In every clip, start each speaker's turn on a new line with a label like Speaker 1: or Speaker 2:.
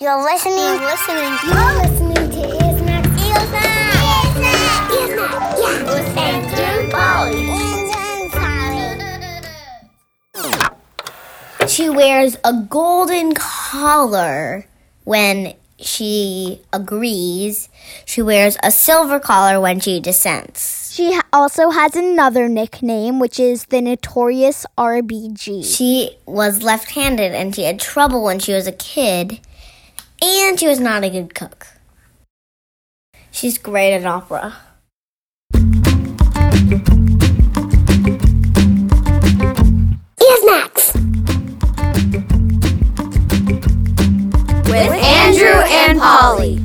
Speaker 1: You're listening. You're listening. You're listening to Ears Max. Ears Max. Ears Max. Ears Max. Yeah. With Andrew Polly. She wears a golden collar when she agrees. She wears a silver collar when she dissents.
Speaker 2: She ha- also has another nickname, which is the Notorious RBG.
Speaker 1: She was left handed and she had trouble when she was a kid, and she was not a good cook. She's great at opera. Ears Max!
Speaker 3: with Andrew and Polly.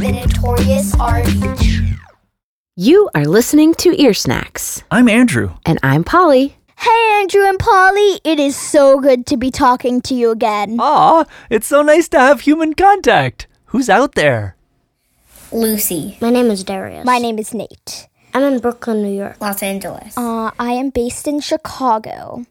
Speaker 1: The Notorious RBG.
Speaker 4: You are listening to Ear Snacks,
Speaker 5: I'm Andrew.
Speaker 4: and I'm Polly.
Speaker 2: Hey, Andrew and Polly, it is so good to be talking to you again.
Speaker 5: Aw, it's so nice to have human contact. Who's out there?
Speaker 1: Lucy,
Speaker 6: My name is Darius.
Speaker 2: My name is Nate.
Speaker 6: I'm in Brooklyn, New York.
Speaker 1: Los Angeles.
Speaker 2: Uh, I am based in Chicago.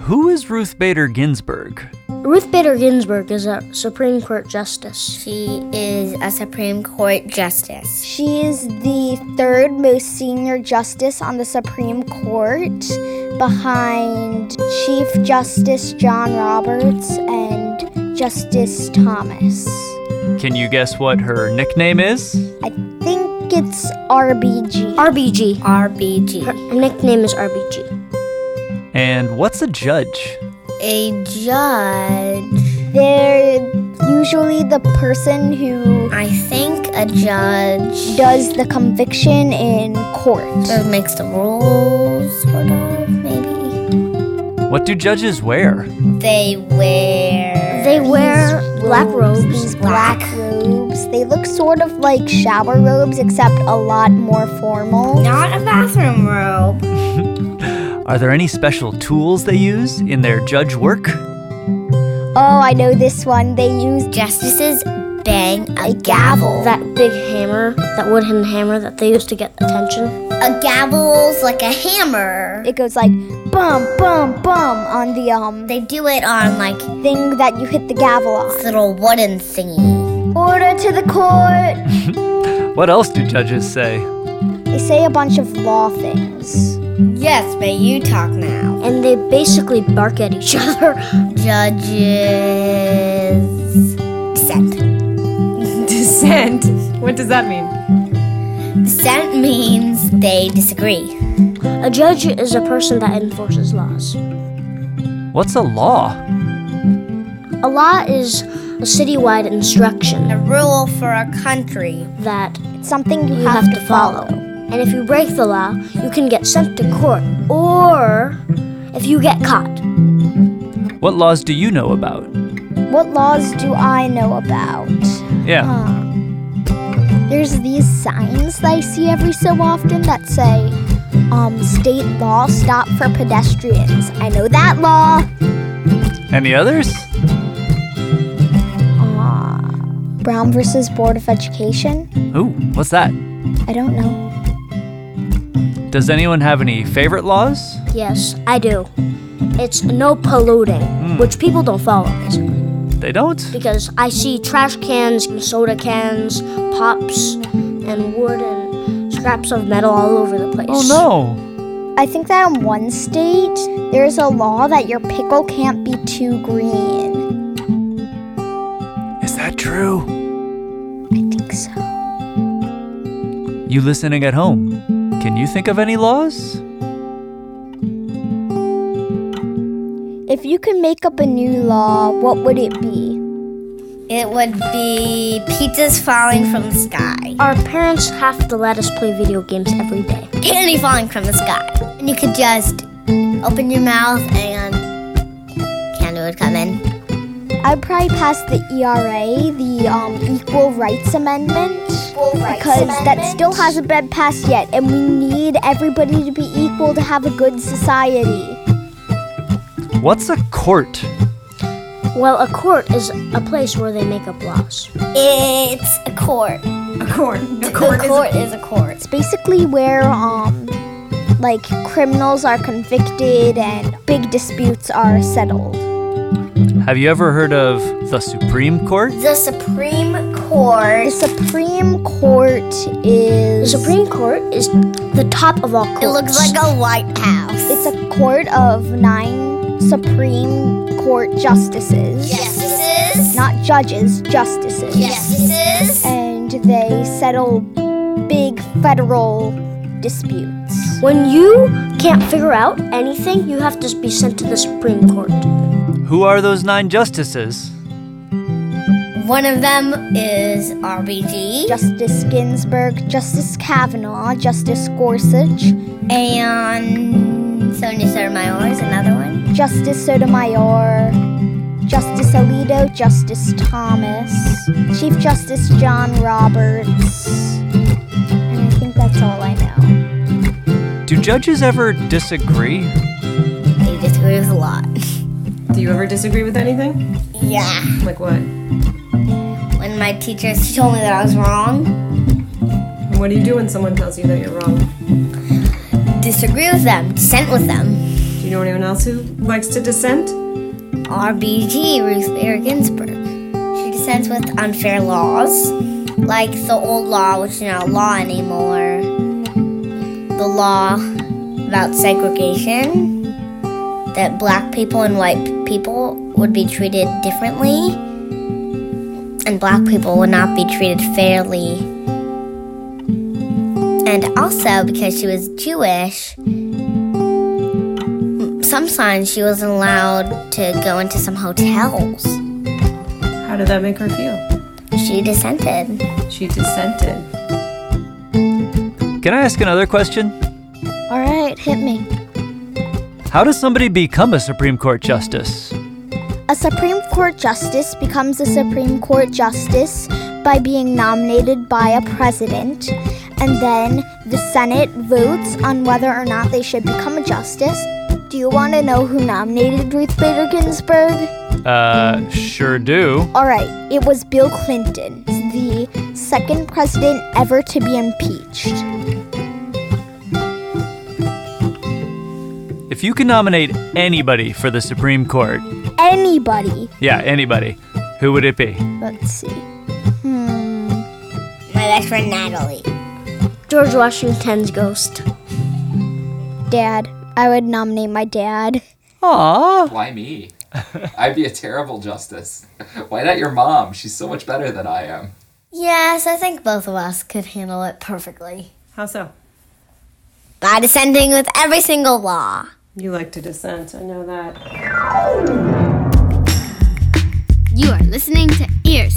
Speaker 5: Who is Ruth Bader Ginsburg?
Speaker 6: Ruth Bader Ginsburg is a Supreme Court justice.
Speaker 1: She is a Supreme Court Justice.
Speaker 2: She is the third most senior justice on the Supreme Court behind Chief Justice John Roberts and Justice Thomas.
Speaker 5: Can you guess what her nickname is?
Speaker 2: I think it's RBG.
Speaker 6: RBG. Her
Speaker 1: RBG.
Speaker 6: nickname is RBG.
Speaker 5: And what's a judge?
Speaker 1: A judge.
Speaker 2: They're usually the person who
Speaker 1: I think a judge
Speaker 2: does the conviction in court.
Speaker 1: sort of makes the rules, sort of, maybe.
Speaker 5: What do judges wear?
Speaker 1: They wear.
Speaker 6: They wear black robes.
Speaker 1: These black.
Speaker 2: robes. They look sort of like shower robes, except a lot more formal.
Speaker 1: Not a bathroom robe.
Speaker 5: Are there any special tools they use in their judge work?
Speaker 2: Oh, I know this one. They use
Speaker 1: Justices bang a gavel.
Speaker 6: That big hammer, that wooden hammer that they use to get attention.
Speaker 1: a gavel's like a hammer.
Speaker 2: It goes like bum bum bum on the um
Speaker 1: They do it on like
Speaker 2: thing that you hit the gavel on.
Speaker 1: little wooden thingy.
Speaker 2: Order to the court.
Speaker 5: What else do judges say?
Speaker 2: They say a bunch of law things.
Speaker 1: Yes, but you talk now.
Speaker 6: And they basically bark at each other.
Speaker 1: Judges dissent.
Speaker 3: Dissent. What does that mean?
Speaker 1: Dissent means they disagree.
Speaker 6: A judge is a person that enforces laws.
Speaker 5: What's a law?
Speaker 6: A law is a citywide instruction
Speaker 1: A rule for a country.
Speaker 6: that
Speaker 2: It's something you,
Speaker 6: you have to follow. And if you break the law, you can get sent to court. Or if you get caught,
Speaker 5: What laws do you know about?
Speaker 2: What laws do I know about?
Speaker 5: Yeah.
Speaker 2: There's these signs that I see every so often that say, um, state law stop for pedestrians. I know that law.
Speaker 5: Any others?
Speaker 2: Brown versus Board of Education.
Speaker 5: Ooh, what's that?
Speaker 2: I don't know.
Speaker 5: Does anyone have any favorite laws?
Speaker 6: yes, I do. It's no polluting,
Speaker 5: Hmm.
Speaker 6: which people don't follow basically.
Speaker 5: They don't?
Speaker 6: Because I see trash cans, soda cans, pops, and wood and scraps of metal all over the place.
Speaker 5: Oh no.
Speaker 2: I think that in one state, there's a law that your pickle can't be too green.
Speaker 5: Is that true?
Speaker 2: I think so.
Speaker 5: You listening at home, can you think of any laws?
Speaker 2: If you could make up a new law, what would it be?
Speaker 1: It would be pizzas falling from the sky.
Speaker 6: Our parents have to let us play video games every day.
Speaker 1: Candy falling from the sky. And you could just open your mouth and candy would come in.
Speaker 2: I'd probably pass the ERA, the um, Equal Rights Amendment, because that still hasn't been passed yet, and we need everybody to be equal to have a good society.
Speaker 5: What's a court?
Speaker 6: Well, a court is a place where they make up laws.
Speaker 1: It's a court.
Speaker 3: A court. A
Speaker 1: A court is a court.
Speaker 2: It's basically where um, like criminals are convicted and big disputes are settled.
Speaker 5: Have you ever heard of the Supreme Court?
Speaker 1: The Supreme
Speaker 2: The
Speaker 1: Court
Speaker 2: Supreme Court is.
Speaker 6: The Supreme Court is the top of all courts.
Speaker 1: it looks like a White House.
Speaker 2: It's a court of nine Supreme Court justices.
Speaker 1: Justices.
Speaker 2: Not judges, justices.
Speaker 1: Justices.
Speaker 2: And they settle big federal disputes.
Speaker 6: when you can't figure out anything, you have to be sent to the Supreme Court.
Speaker 5: Who are those nine justices?
Speaker 1: One of them is RBG,
Speaker 2: Justice Ginsburg, Justice Kavanaugh, Justice Gorsuch,
Speaker 1: and Sonia Sotomayor is another one.
Speaker 2: Justice Sotomayor, Justice Alito, Justice Thomas, Chief Justice John Roberts, and I think that's all I know.
Speaker 5: Do judges ever disagree?
Speaker 1: They disagree with a lot.
Speaker 3: Do you ever disagree with anything?
Speaker 1: Yeah.
Speaker 3: Like what?
Speaker 1: When my teacher she told me that I was wrong,
Speaker 3: What do you do when someone tells you that you're wrong?
Speaker 1: disagree with them, dissent with them.
Speaker 3: Do you know anyone else who likes to dissent?
Speaker 1: RBG, Ruth Bader Ginsburg. She dissents with unfair laws, like the old law, which is not a law anymore, the law about segregation, that black people and white people would be treated differently, and black people would not be treated fairly. And also, because she was Jewish, sometimes she wasn't allowed to go into some hotels.
Speaker 3: How did that make her feel?
Speaker 1: She dissented.
Speaker 3: She dissented.
Speaker 5: Can I ask another question?
Speaker 2: All right, hit me.
Speaker 5: How does somebody become a Supreme Court justice?
Speaker 2: A Supreme Court justice becomes a Supreme Court justice by being nominated by a president, and then the Senate votes on whether or not they should become a justice. Do you want to know who nominated Ruth Bader Ginsburg?
Speaker 5: Uh, sure do.
Speaker 2: All right, it was Bill Clinton, the second president ever to be impeached.
Speaker 5: If you can nominate anybody for the Supreme Court,
Speaker 2: Anybody.
Speaker 5: yeah, anybody, who would it be?
Speaker 2: Let's see.
Speaker 1: My best friend Natalie.
Speaker 6: George Washington's ghost.
Speaker 2: Dad. I would nominate my dad.
Speaker 5: Aww.
Speaker 7: Why me? I'd be a terrible justice. Why not your mom? She's so much better than I am.
Speaker 1: Yes, I think both of us could handle it perfectly.
Speaker 3: How so?
Speaker 1: By dissenting with every single law.
Speaker 3: You like to dissent. I know that.
Speaker 8: You are listening to Ears.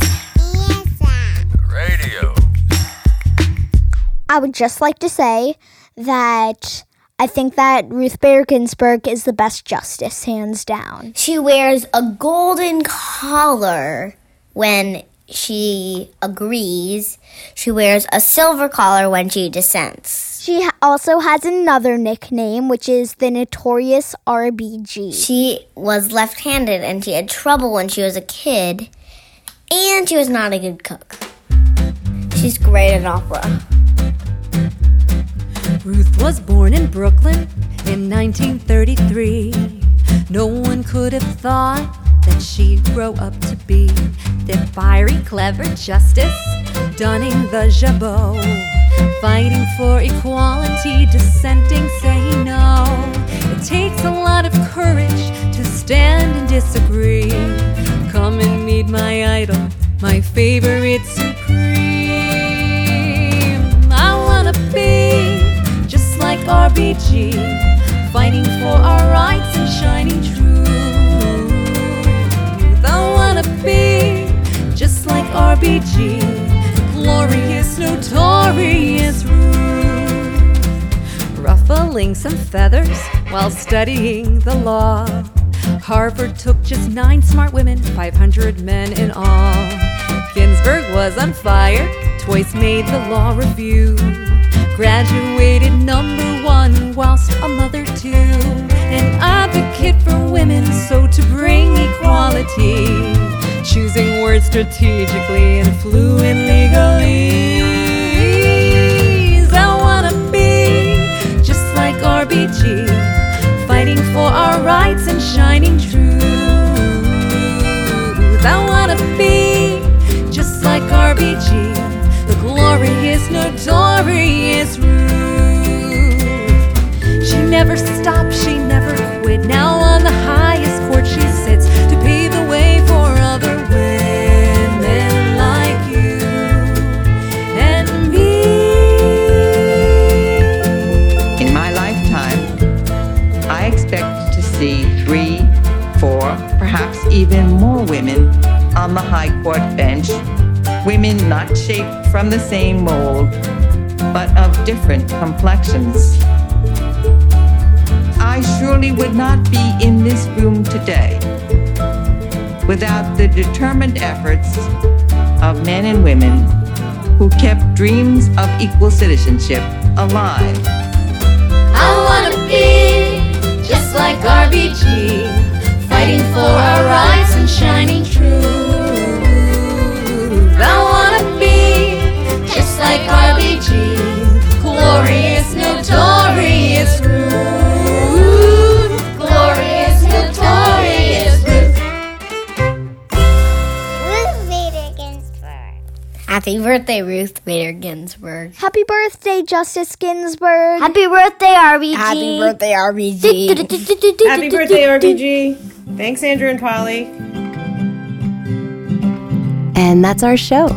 Speaker 2: I would just like to say that I think that Ruth Bader Ginsburg is the best justice, hands down.
Speaker 1: She wears a golden collar when she agrees. She wears a silver collar when she dissents.
Speaker 2: She ha- also has another nickname, which is the notorious RBG.
Speaker 1: She was left handed and she had trouble when she was a kid, and she was not a good cook. She's great at opera.
Speaker 9: Ruth was born in Brooklyn in 1933. No one could have thought that she'd grow up to be the fiery, clever justice, donning the jabot, fighting for equality, dissenting, saying no. It takes a lot of courage to stand and disagree. Come and meet my idol, my favorite supreme. I wanna be just like RBG, fighting for our rights and shining truth. I wanna be just like RBG, glorious, notorious Ruth. Ruffling some feathers while studying the law. Harvard took just nine smart women, 500 men in all. Ginsburg was on fire, twice made the law review. Graduated number one, whilst a mother too. An advocate for women, so to bring equality. Choosing words strategically and fluent legally. I wanna be just like RBG, fighting for our rights and shining true. never stopped, she never quit. Now on the highest court she sits to pave the way for other women like you and me.
Speaker 10: In my lifetime, I expect to see three, four, perhaps even more women on the High Court bench. Women not shaped from the same mold, but of different complexions. I surely would not be in this room today without the determined efforts of men and women who kept dreams of equal citizenship alive.
Speaker 9: I wanna be just like RBG, fighting for our rights and shining truth. I wanna be just like RBG, glorious, notorious Ruth, glorious, notorious Ruth.
Speaker 1: Ruth Bader Ginsburg. Happy birthday, Ruth Bader Ginsburg.
Speaker 2: Happy birthday, Justice Ginsburg.
Speaker 6: Happy birthday, RBG.
Speaker 1: Happy birthday, RBG.
Speaker 3: Happy birthday, RBG. Thanks, Andrew and Polly.
Speaker 4: And that's our show.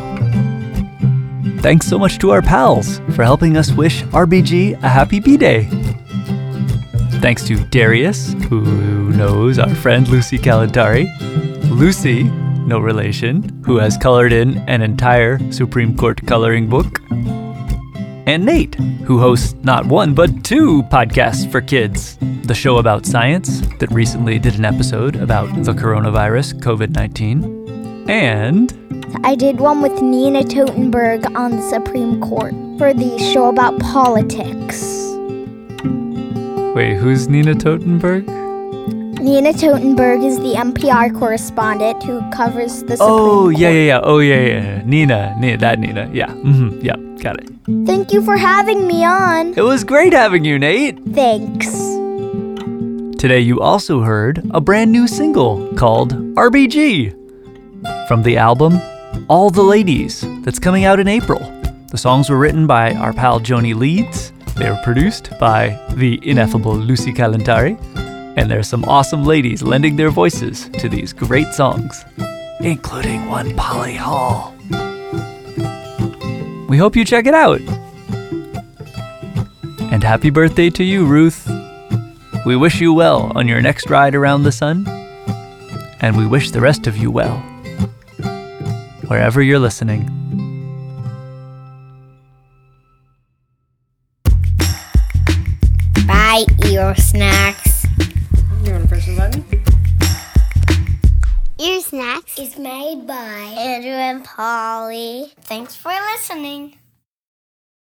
Speaker 5: Thanks so much to our pals for helping us wish RBG a happy B Day. Thanks to Darius, who knows our friend Lucy Calantari, Lucy, no relation, who has colored in an entire Supreme Court coloring book, and Nate, who hosts not one but two podcasts for kids the show about science that recently did an episode about the coronavirus, COVID 19, and
Speaker 2: I did one with Nina Totenberg on the Supreme Court for the show about politics.
Speaker 5: wait, who's Nina Totenberg?
Speaker 2: Nina Totenberg is the NPR correspondent who covers the Supreme
Speaker 5: Oh
Speaker 2: Court. Mm.
Speaker 5: yeah, yeah, yeah. Oh yeah, yeah. yeah. Nina, Nina, that Nina. Yeah. Mm-hmm. Yeah. Got it.
Speaker 2: Thank you for having me on.
Speaker 5: It was great having you, Nate.
Speaker 2: Thanks.
Speaker 5: Today you also heard a brand new single called RBG from the album All the Ladies that's coming out in April. The songs were written by our pal Joni Leeds. They were produced by the ineffable Lucy Calentari. And there's some awesome ladies lending their voices to these great songs, including one Polly Hall. We hope you check it out. And happy birthday to you, Ruth. We wish you well on your next ride around the sun, and we wish the rest of you well, wherever you're listening.
Speaker 1: Bye, ear snacks.
Speaker 3: You want to press the button?
Speaker 1: Ear snacks is made by Andrew and Polly. Thanks for listening.